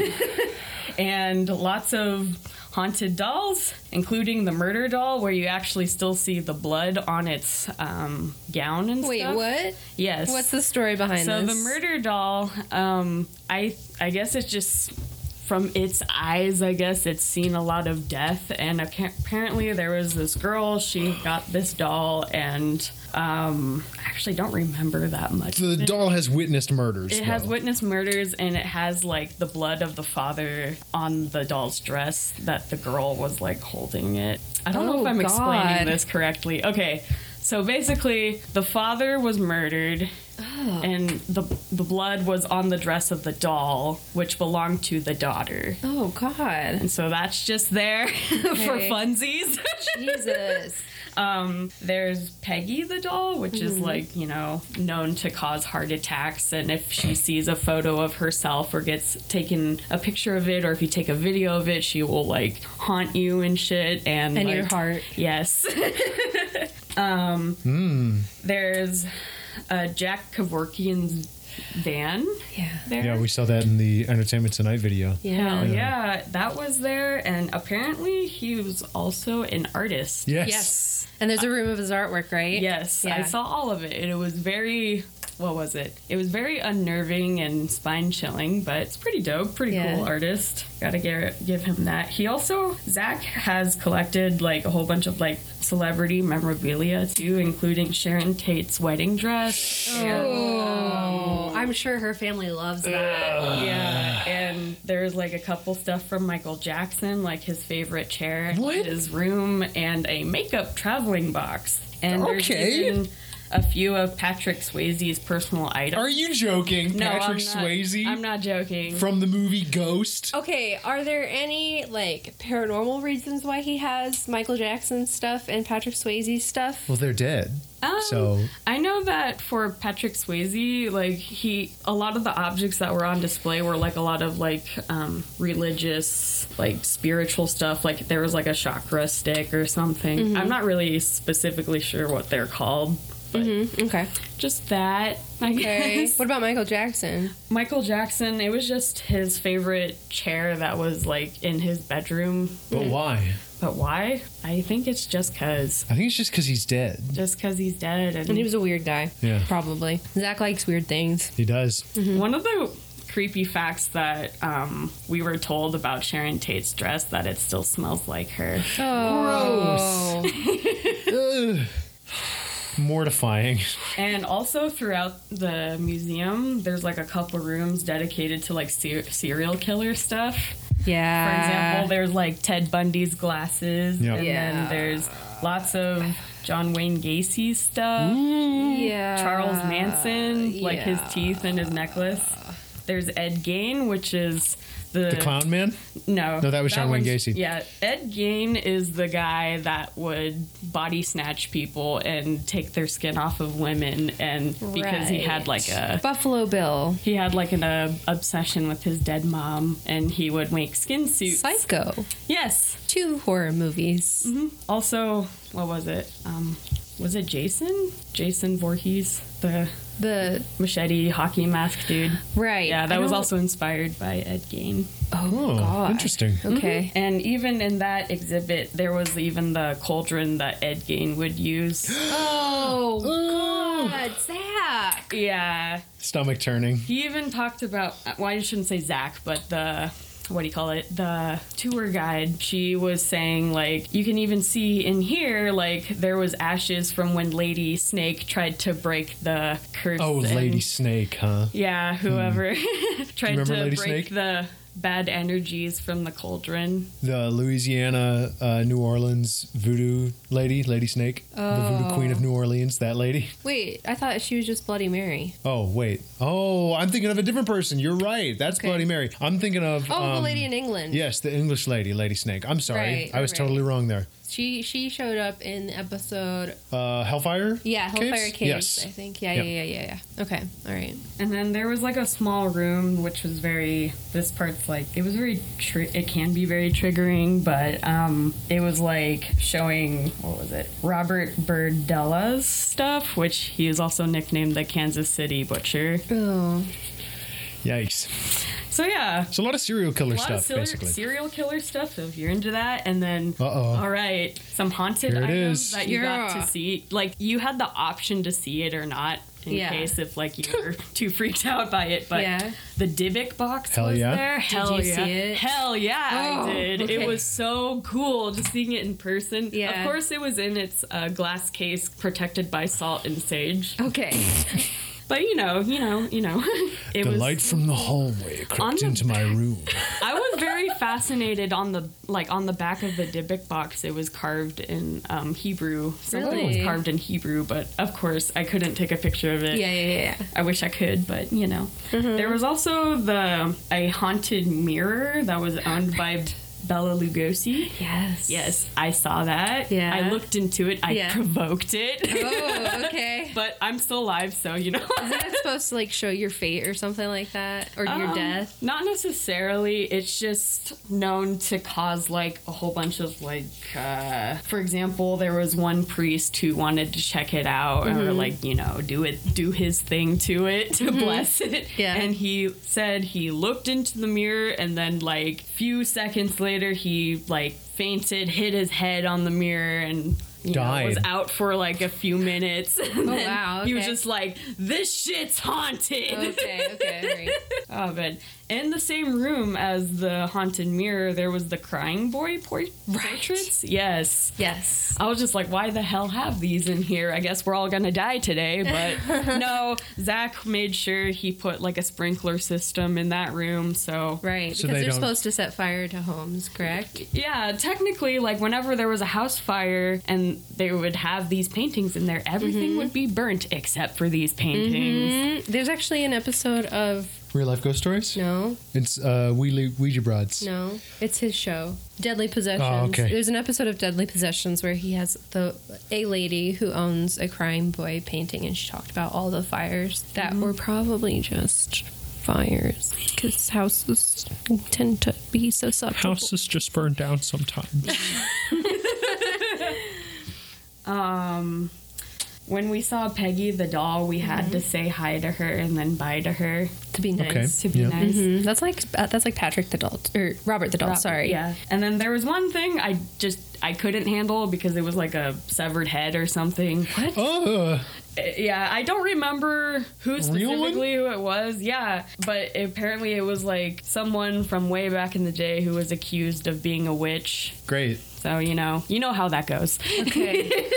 S3: and lots of haunted dolls, including the murder doll where you actually still see the blood on its um, gown and
S2: Wait,
S3: stuff.
S2: what?
S3: Yes.
S2: What's the story behind
S3: So
S2: this?
S3: the murder doll, um, I I guess it's just from its eyes. I guess it's seen a lot of death, and appa- apparently there was this girl. She got this doll, and um, I actually don't remember that much.
S1: the doll has witnessed murders.
S3: It has
S1: though.
S3: witnessed murders, and it has like the blood of the father on the doll's dress that the girl was like holding it. I don't know
S2: Oh,
S3: if I'm
S2: God.
S3: explaining this correctly. Okay, so basically, the father was murdered, and the the blood was on the dress of the doll, which belonged to the daughter.
S2: Oh God,
S3: And so that's just there for
S2: Okay.
S3: funsies.
S2: Jesus!
S3: Um, there's Peggy the doll, which is
S2: Mm-hmm.
S3: like, you know, known to cause heart attacks. And if she sees a photo of herself or gets taken a picture of it, or if you take a video of it, she will like haunt you and shit. And,
S2: And
S3: like,
S2: your heart.
S3: Yes. um, There's uh, Jack Kevorkian's van.
S2: Yeah.
S3: There.
S1: Yeah, we saw that in the Entertainment Tonight video.
S3: Hell Oh, yeah, that was there, and apparently he was also an artist.
S1: Yes.
S2: Yes. And there's a room of his artwork, right?
S3: Yes, I
S2: Yeah.
S3: saw all of it, and it was very. What was it? It was very unnerving and spine chilling, but it's pretty dope. Pretty
S2: Yeah.
S3: cool artist. Gotta give, give him that. He also, Zach has collected like a whole bunch of like celebrity memorabilia too, including Sharon Tate's wedding dress.
S2: Oh, I'm sure her family loves that.
S3: Yeah, and there's like a couple stuff from Michael Jackson, like his favorite chair in
S1: What?
S3: his room, and a makeup traveling box. And there's
S1: Okay.
S3: even a few of Patrick Swayze's personal items.
S1: Are you joking?
S3: No,
S1: Patrick
S3: I'm not-
S1: Swayze
S3: I'm Oh. not joking.
S1: from the movie Ghost?
S2: Okay, are there any like paranormal reasons why he has Michael Jackson stuff and Patrick Swayze stuff?
S1: Well, they're dead.
S3: Um,
S1: So-
S3: I know that for Patrick Swayze, like he, a lot of the objects that were on display were like a lot of like um, religious, like spiritual stuff. Like there was like a chakra stick or something.
S2: Mm-hmm.
S3: I'm not really specifically sure what they're called, but
S2: Okay.
S3: just that. I
S2: Okay.
S3: guess.
S2: what about Michael Jackson?
S3: Michael Jackson. It was just his favorite chair that was like in his bedroom.
S1: But why?
S3: But why? I think it's just cause,
S1: I think it's just because he's dead.
S3: just cause he's dead and
S2: And he was a weird guy.
S1: Yeah.
S2: Probably. Zach likes weird things.
S1: He does.
S3: One of the creepy facts that um, we were told about Sharon Tate's dress that it still smells like her.
S2: Oh.
S1: Ugh. Mortifying.
S3: And also throughout the museum, there's like a couple rooms dedicated to like ser- serial killer stuff. For
S2: Yeah.
S3: example, there's like Ted Bundy's glasses,
S1: Yep.
S3: and
S2: Yeah.
S3: then there's lots of John Wayne Gacy's stuff.
S2: yeah.
S3: Charles Manson, like
S2: yeah.
S3: his teeth and his necklace. There's Ed Gain, which is the,
S1: The clown man?
S3: No,
S1: No, that was John Wayne
S3: one's-
S1: Gacy.
S3: Yeah, Ed Gain is the guy that would body snatch people and take their skin off of women, and because he had like a
S2: Buffalo Bill.
S3: he had like an uh, obsession with his dead mom, and he would make skin suits.
S2: Psycho.
S3: Yes.
S2: Two horror movies.
S3: Mm-hmm. Also, what was it? Um, was it Jason? Jason Voorhees, the
S2: The
S3: machete hockey mask dude.
S2: right.
S3: Yeah,
S2: I
S3: that was
S2: don't-
S3: also inspired by Ed Gein.
S2: Oh,
S1: Oh,
S2: God.
S1: interesting.
S2: Okay.
S3: And even in that exhibit, there was even the cauldron that Ed Gein would use.
S2: Oh God, Zach.
S3: yeah.
S1: Stomach turning.
S3: He even talked about, well, I shouldn't say Zach, but the. What do you call it? The tour guide. She was saying, like, you can even see in here, like, there was ashes from when Lady Snake tried to break the curse.
S1: Oh,
S3: and-
S1: Lady Snake, huh?
S3: Yeah, whoever tried to
S1: Remember Lady
S3: break
S1: Snake?
S3: the bad energies from the cauldron.
S1: The Louisiana, uh, New Orleans voodoo lady, Lady Snake. The voodoo
S2: Oh.
S1: queen of New Orleans, that lady.
S2: Wait, I thought she was just Bloody Mary.
S1: Oh, wait. Oh, I'm thinking of a different person. You're right. That's
S2: Okay.
S1: Bloody Mary. I'm thinking of.
S2: Oh, the
S1: um,
S2: lady in England.
S1: Yes, the English lady, Lady Snake. I'm sorry.
S2: Right,
S1: I was
S2: right.
S1: totally wrong there.
S2: She she showed up in the episode.
S1: Uh, Hellfire?
S2: Yeah, Hellfire Caves.
S1: Yes.
S2: I think. Yeah,
S1: Yep.
S2: yeah, yeah, yeah, yeah. Okay. All right.
S3: And then there was like a small room, which was very. This part's like it was very. Tri- it can be very triggering, but um, it was like showing what was it? Robert Birdella's stuff, which he is also nicknamed the Kansas City Butcher.
S2: Oh.
S1: Yikes.
S3: So yeah,
S1: It's a lot of serial killer
S3: a lot
S1: stuff,
S3: of serial,
S1: basically.
S3: serial killer stuff. If you're into that, and then
S1: Uh-oh.
S3: all right, some haunted
S1: Here it
S3: items
S1: is.
S3: that you got
S2: Yeah.
S3: to see. Like you had the option to see it or not. In
S2: Yeah.
S3: case if like you were too freaked out by it, but
S2: Yeah.
S3: the Dybbuk box
S1: Hell
S3: was
S1: yeah.
S3: there. Hell
S2: you
S3: yeah!
S2: see it?
S3: Hell yeah!
S2: Oh,
S3: I did.
S2: okay.
S3: It was so cool just seeing it in person.
S2: Yeah.
S3: Of course, it was in its uh, glass case, protected by salt and sage.
S2: Okay.
S3: But you know, you know, you know, it
S1: The
S3: was.
S1: light from the hallway
S3: On
S1: crept
S3: the-
S1: into my room.
S3: I was very fascinated on the like on the back of the Dybbuk box. It was carved in um, Hebrew. Something
S2: Really?
S3: was carved in Hebrew, but of course I couldn't take a picture of it.
S2: Yeah, Mm-hmm. yeah, yeah. yeah.
S3: I wish I could, but you know. There was also the a haunted mirror that was owned by Bella Lugosi.
S2: Yes.
S3: Yes, I saw that.
S2: Yeah.
S3: I looked into it. I
S2: Yeah.
S3: provoked it.
S2: Oh, okay.
S3: but I'm still alive, so you know.
S2: Is that supposed to like show your fate or something like that, or your
S3: Um,
S2: death?
S3: Not necessarily. It's just known to cause like a whole bunch of like. Uh, for example, there was one priest who wanted to check it out or
S2: Mm-hmm.
S3: like you know do it do his thing to it to bless it.
S2: Yeah.
S3: And he said he looked into the mirror and then like few seconds later he like fainted, hit his head on the mirror and. You Know, was
S1: Died.
S3: out for like a few minutes. And then
S2: oh, wow,
S3: He was
S2: okay.
S3: just like, "This shit's haunted."
S2: Okay. Okay. All right.
S3: Oh, but in the same room as the haunted mirror, there was the crying boy por- portraits. Yes.
S2: Yes.
S3: I was just like, why the hell have these in here? I guess we're all gonna die today. But no, Zach made sure he put like a sprinkler system in that room. So,
S2: Right. because
S1: So they
S2: they're
S1: don't-
S2: supposed to set fire to homes, correct?
S3: yeah, technically, like whenever there was a house fire and they would have these paintings in there, everything would be burnt except for these paintings.
S2: Mm, There's actually an episode of
S1: Real life ghost stories?
S2: no,
S1: It's uh, Wheelie, Ouija Broads.
S2: no, it's his show, Deadly Possessions.
S1: Oh, okay.
S2: There's an episode of Deadly Possessions where he has the a lady who owns a crying boy painting, and she talked about all the fires that were probably just fires because houses tend to be so susceptible.
S1: Houses just burn down sometimes.
S3: um when we saw Peggy the doll, we had to say hi to her and then bye to her
S2: to be nice.
S3: to
S1: Okay.
S3: be
S1: Yeah.
S3: nice.
S2: Mhm. That's like uh, that's like Patrick the doll or Robert the doll.
S3: Rob-
S2: sorry.
S3: Yeah. And then there was one thing I just I couldn't handle because it was like a severed head or something. What?
S1: Oh,
S3: Uh, yeah, I don't remember who
S1: Real one?
S3: specifically who it was. Yeah, but apparently it was like someone from way back in the day who was accused of being a witch.
S1: Great.
S3: So you know, you know how that goes.
S2: Okay.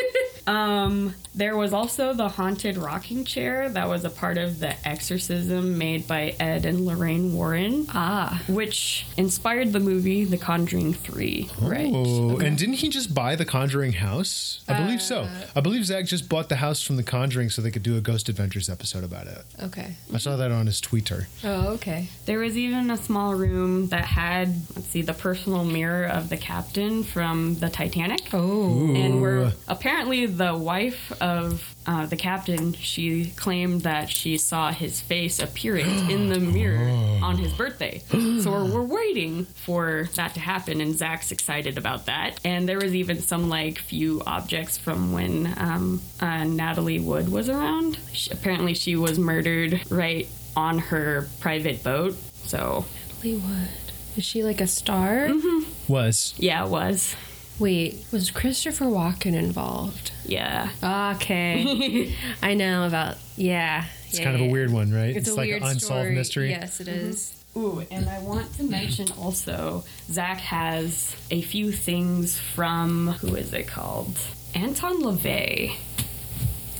S3: Um, there was also the haunted rocking chair that was a part of the exorcism made by Ed and Lorraine Warren,
S2: ah.
S3: which inspired the movie The Conjuring 3. Right.
S1: Oh, and didn't he just buy the Conjuring house? I believe so.
S2: Uh,
S1: I believe Zach just bought the house from the Conjuring so they could do a Ghost Adventures episode about it.
S2: Okay.
S1: I saw that on his Twitter.
S2: Oh, okay.
S3: There was even a small room that had, let's see, the personal mirror of the captain from the Titanic.
S2: Oh.
S3: And
S1: Ooh.
S3: were apparently the wife of uh, the captain. She claimed that she saw his face appearing in the mirror on his birthday. So we're, we're waiting for that to happen, and Zach's excited about that. And there was even some like few objects from when um, uh, Natalie Wood was around. She, apparently, she was murdered right on her private boat. So
S2: Hollywood. Is she like a star?
S1: Was.
S3: yeah, it was
S2: Wait, was Christopher Walken involved?
S3: yeah.
S2: Okay. I know about. Yeah.
S1: It's kind of a weird one, right?
S2: It's, a
S1: like
S2: weird
S1: an unsolved
S2: story.
S1: mystery.
S2: Yes, it is.
S3: Ooh, and I want to mention also, Zach has a few things from who is it called? Anton LaVey.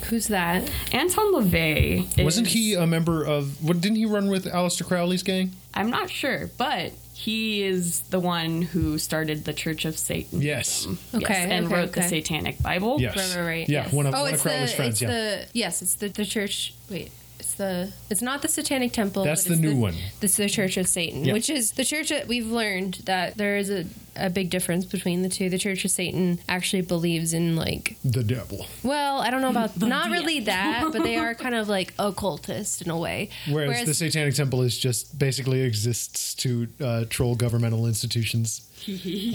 S2: Who's that?
S3: Anton LaVey. Is,
S1: Wasn't he a member of what didn't he run with Aleister Crowley's gang?
S3: I'm not sure, but he is the one who started the Church of Satan.
S1: Yes.
S2: Okay,
S3: and
S2: okay,
S3: wrote the
S2: okay.
S3: Satanic Bible.
S1: Yes.
S2: Right, right, right,
S1: Yeah,
S2: yes.
S1: one of,
S2: oh,
S1: one of
S2: it's
S1: Crowley's
S2: the,
S1: friends,
S2: it's
S1: yeah.
S2: the yes, it's the the church. Wait, it's the it's not the Satanic Temple.
S1: That's
S2: but
S1: the
S2: it's
S1: new one.
S2: It's the Church of Satan,
S1: Yeah.
S2: which is the church that we've learned that there is a a big difference between the two. The Church of Satan actually believes in like
S1: the devil.
S2: well, I don't know about not really that, but they are kind of like occultist in a way.
S1: Whereas, the Satanic Temple is just basically exists to uh, troll governmental institutions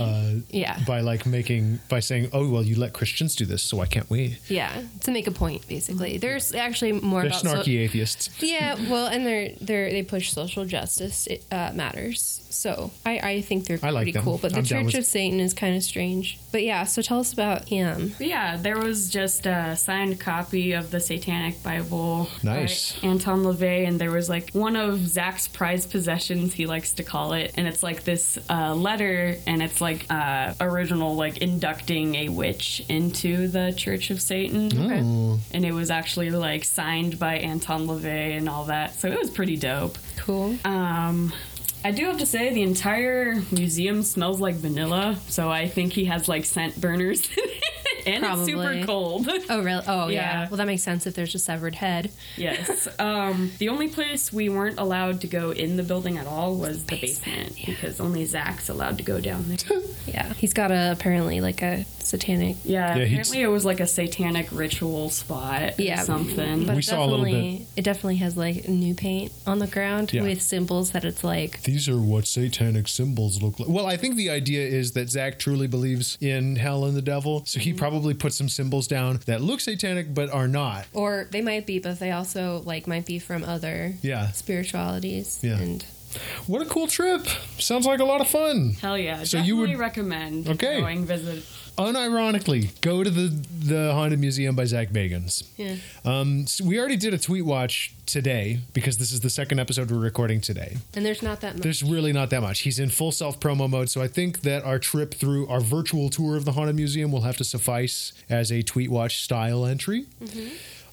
S1: uh,
S2: yeah,
S1: by like making by saying, "Oh well, you let Christians do this, so why can't we?"
S2: yeah, to make a point basically. There's actually more
S1: They're
S2: about
S1: snarky
S2: so-
S1: atheists.
S2: yeah, well, and they're they're they push social justice uh, matters. So I I think they're
S1: I like
S2: pretty
S1: them.
S2: cool, but the
S1: I'm down
S2: Church
S1: with-
S2: of Satan is kind of strange. But yeah, so tell us about him.
S3: But yeah, there was just a signed copy of the Satanic Bible.
S1: Nice.
S3: by Anton LaVey, and there was like one of Zach's prized possessions, he likes to call it, and it's like this uh, letter, and it's like uh, original, like inducting a witch into the Church of Satan. And it was actually like signed by Anton LaVey and all that, so it was pretty dope.
S2: Cool.
S3: Um, I do have to say the entire museum smells like vanilla, so I think he has like scent burners. and it's
S2: Probably.
S3: super cold.
S2: Oh really? Oh yeah.
S3: Yeah.
S2: Well, that makes sense if there's a severed head.
S3: yes. Um, the only place we weren't allowed to go in the building at all was the basement because only Zach's allowed to go down there.
S2: Yeah, he's got a apparently like a satanic.
S3: Yeah.
S1: Yeah, he'd-
S3: apparently, it was like a satanic ritual spot or
S2: Yeah,
S3: something.
S2: But
S1: We saw a little
S2: definitely- It definitely has like new paint on the ground
S1: Yeah.
S2: with symbols that it's like
S1: These are what satanic symbols look like. Well, I think the idea is that Zach truly believes in hell and the devil, so he probably put some symbols down that look satanic but are not.
S2: or they might be, but they also like might be from other
S1: Yeah.
S2: spiritualities.
S1: Yeah.
S2: And
S1: What a cool trip! Sounds like a lot of fun.
S3: Hell yeah.
S1: So
S3: definitely
S1: you would-
S3: recommend
S1: Okay.
S3: going visit.
S1: unironically, go to the the haunted museum by Zach Bagans.
S2: Yeah.
S1: Um, so we already did a tweet watch today because this is the second episode we're recording today.
S2: and there's not that much.
S1: There's really not that much. He's in full self promo mode, so I think that our trip through our virtual tour of the haunted museum will have to suffice as a tweet watch style entry.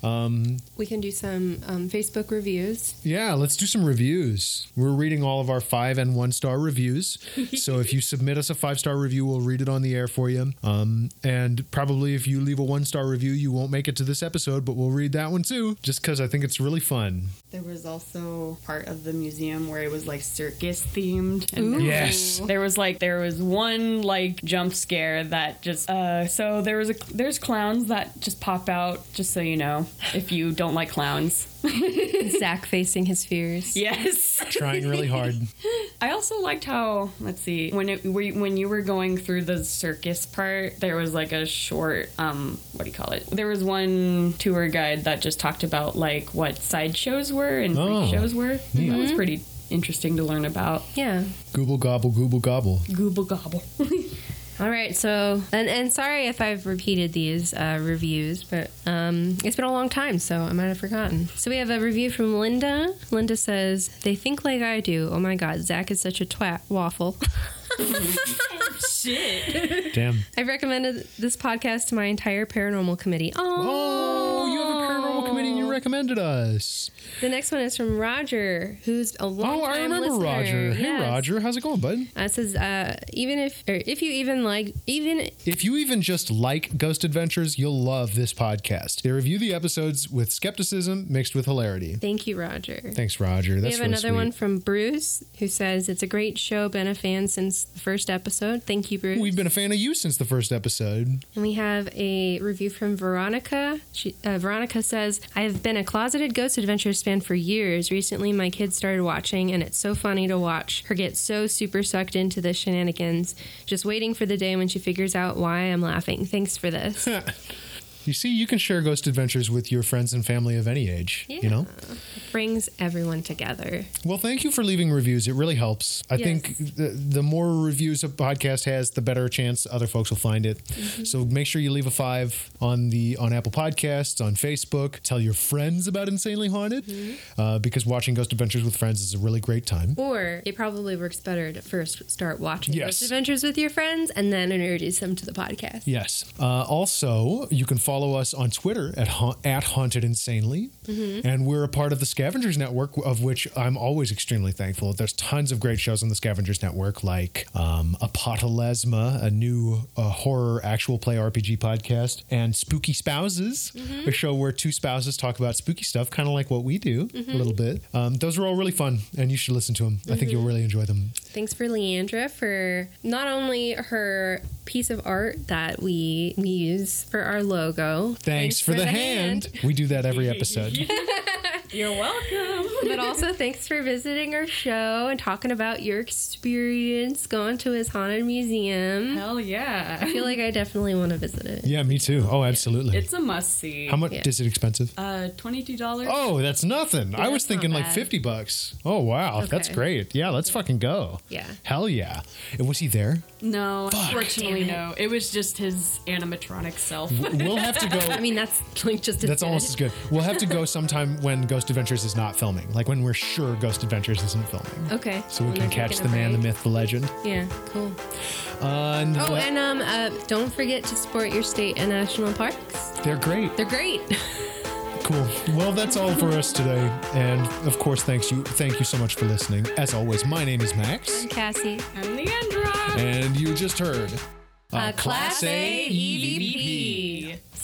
S1: Um,
S2: We can do some um, Facebook reviews.
S1: Yeah, let's do some reviews. We're reading all of our five and one star reviews. so if you submit us a five star review, we'll read it on the air for you. Um, and probably if you leave a one star review, you won't make it to this episode, but we'll read that one too, just because I think it's really fun.
S3: There was also part of the museum where it was like circus themed. And there
S1: Yes.
S3: There was like there was one like jump scare that just uh so there was a there's clowns that just pop out just so you know if you don't like clowns.
S2: Zach facing his fears.
S3: Yes.
S1: Trying really hard.
S3: I also liked how let's see when it we- when you were going through the circus part there was like a short um what do you call it there was one tour guide that just talked about like what sideshows were and freak
S1: Oh.
S3: shows were. That was pretty interesting to learn about.
S2: Yeah.
S1: Google gobble, google gobble.
S3: Google gobble.
S2: All right, so and, and sorry if I've repeated these uh, reviews, but um, it's been a long time, so I might have forgotten. So we have a review from Linda. Linda says they think like I do. Oh my God, Zach is such a twat waffle.
S3: Shit.
S1: Damn.
S2: I've recommended this podcast to my entire paranormal committee. Oh,
S1: Oh, you have a paranormal committee and you recommended us.
S2: The next one is from Roger, who's a long
S1: Oh, I remember
S2: listener.
S1: Roger. Hey,
S2: Yes.
S1: Roger. How's it going, bud?
S2: Uh, it says uh, even if or if you even like even
S1: If you even just like Ghost Adventures, you'll love this podcast. They review the episodes with skepticism mixed with hilarity.
S2: thank you, Roger.
S1: Thanks, Roger.
S2: We
S1: That's
S2: have
S1: really
S2: another
S1: sweet.
S2: one from Bruce who says it's a great show. Been a fan since the first episode. Thank you, Bruce.
S1: We've been a fan of you since the first episode.
S2: and we have a review from Veronica. She, uh, Veronica says I have been a closeted Ghost Adventures fan for years. Recently, my kids started watching, and it's so funny to watch her get so super sucked into the shenanigans. Just waiting for the day when she figures out why I'm laughing. Thanks for this.
S1: You see, you can share Ghost Adventures with your friends and family of any age, you know?
S2: brings everyone together.
S1: Well, thank you for leaving reviews. It really helps. I
S2: Yes.
S1: think the, the more reviews a podcast has, the better chance other folks will find it. So make sure you leave a five on the on Apple Podcasts, on Facebook. Tell your friends about Insanely Haunted, uh, because watching Ghost Adventures with friends is a really great time.
S2: Or it probably works better to first start watching
S1: Yes.
S2: Ghost Adventures with your friends and then introduce them to the podcast.
S1: Yes. Uh, also, you can follow us on Twitter at ha- at Haunted Insanely, and we're a part of the Scavengers Network, of which I'm always extremely thankful. There's tons of great shows on the Scavengers Network, like um, Apotalesma, a new uh, horror actual play RPG podcast, and Spooky Spouses, a show where two spouses talk about spooky stuff, kind of like what we do a little bit. Um, those are all really fun, and you should listen to them. I think you'll really enjoy them.
S2: Thanks for Leandra for not only her piece of art that we we use for our logo.
S1: Thanks, for, the, hand. We do that every episode.
S3: You're welcome.
S2: But also thanks for visiting our show and talking about your experience going to his haunted museum.
S3: Hell yeah.
S2: I feel like I definitely want to visit it.
S1: Yeah, me too. Oh, absolutely.
S3: It's a must see.
S1: How much
S2: Yeah.
S1: is it expensive?
S3: Uh, twenty-two dollars.
S1: Oh, that's nothing. I
S2: that's not
S1: was thinking like
S2: bad.
S1: 50 bucks. Oh, wow. That's
S2: Okay.
S1: great. Yeah, let's fucking go.
S2: Yeah.
S1: Hell yeah. And was he there?
S3: No, unfortunately,
S2: Damn it.
S3: no. It was just his animatronic self.
S1: We'll have to go.
S2: I mean that's like just as
S1: That's
S2: good.
S1: almost as good. We'll have to go sometime when Ghost Adventures is not filming, like when we're sure Ghost Adventures isn't filming.
S2: Okay.
S1: So we
S2: Well,
S1: can
S2: that's
S1: catch
S2: taking
S1: the
S2: a
S1: man, the
S2: break.
S1: myth, the legend.
S2: Yeah, cool.
S1: Uh, and
S2: Oh,
S1: le-
S2: and um, uh, don't forget to support your state and national parks.
S1: they're great.
S2: They're great.
S1: Cool. Well, that's all for us today. And of course, thanks you. Thank you so much for listening. As always, my name is Max,
S2: Cassie.
S3: I'm Leandra.
S1: and you just heard
S2: A Class A E
S1: E
S3: EVP.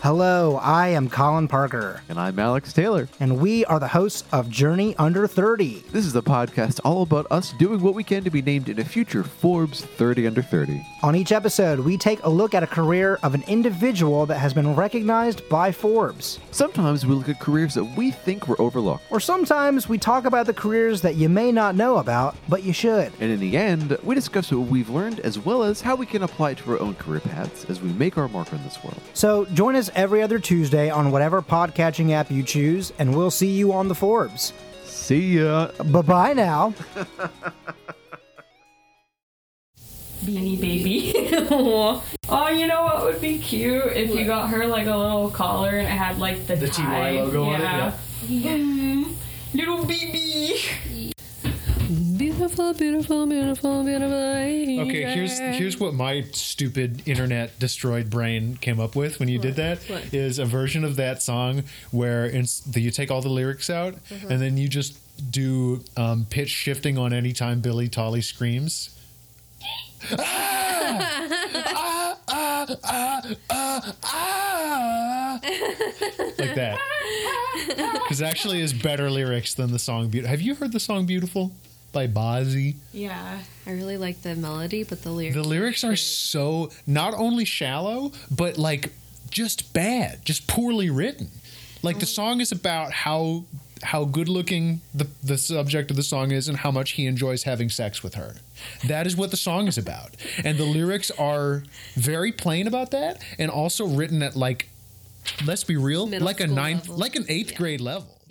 S4: Hello, I am Colin Parker,
S5: And I'm Alex Taylor.
S4: and we are the hosts of Journey Under 30.
S5: This is a podcast all about us doing what we can to be named in a future Forbes 30 Under 30.
S4: On each episode, we take a look at a career of an individual that has been recognized by Forbes.
S5: Sometimes we look at careers that we think were overlooked,
S4: Or sometimes we talk about the careers that you may not know about, but you should.
S5: and in the end, we discuss what we've learned as well as how we can apply it to our own career paths as we make our mark on this world.
S4: So join us every other Tuesday on whatever podcatching app you choose, and we'll see you on the Forbes.
S5: See ya!
S4: Bye bye now.
S3: Beanie Baby. oh, you know what would be cute if you got her like a little collar and it had like the,
S6: The TY
S3: tie.
S6: logo on it,
S3: Mm, little baby.
S2: Beautiful, beautiful, beautiful, beautiful.
S1: okay here's here's what my stupid internet destroyed brain came up with when you did that is
S2: What?
S1: a version of that song where it's the, you take all the lyrics out
S2: Mm-hmm.
S1: and then you just do um, pitch shifting on any time billy tolly screams Ah! Ah, ah, ah, ah, ah. like that because actually is better lyrics than the song beautiful have you heard the song beautiful by Bozzy.
S3: Yeah.
S2: I really like the melody, but the lyrics.
S1: The lyrics are so not only shallow, but like just bad, just poorly written. Like
S2: Mm-hmm.
S1: the song is about how how good looking the the subject of the song is and how much he enjoys having sex with her. That is what the song is about. And the lyrics are very plain about that and also written at like let's be real,
S2: Middle
S1: like a
S2: school
S1: ninth
S2: level.
S1: like an eighth
S2: Yeah.
S1: grade level.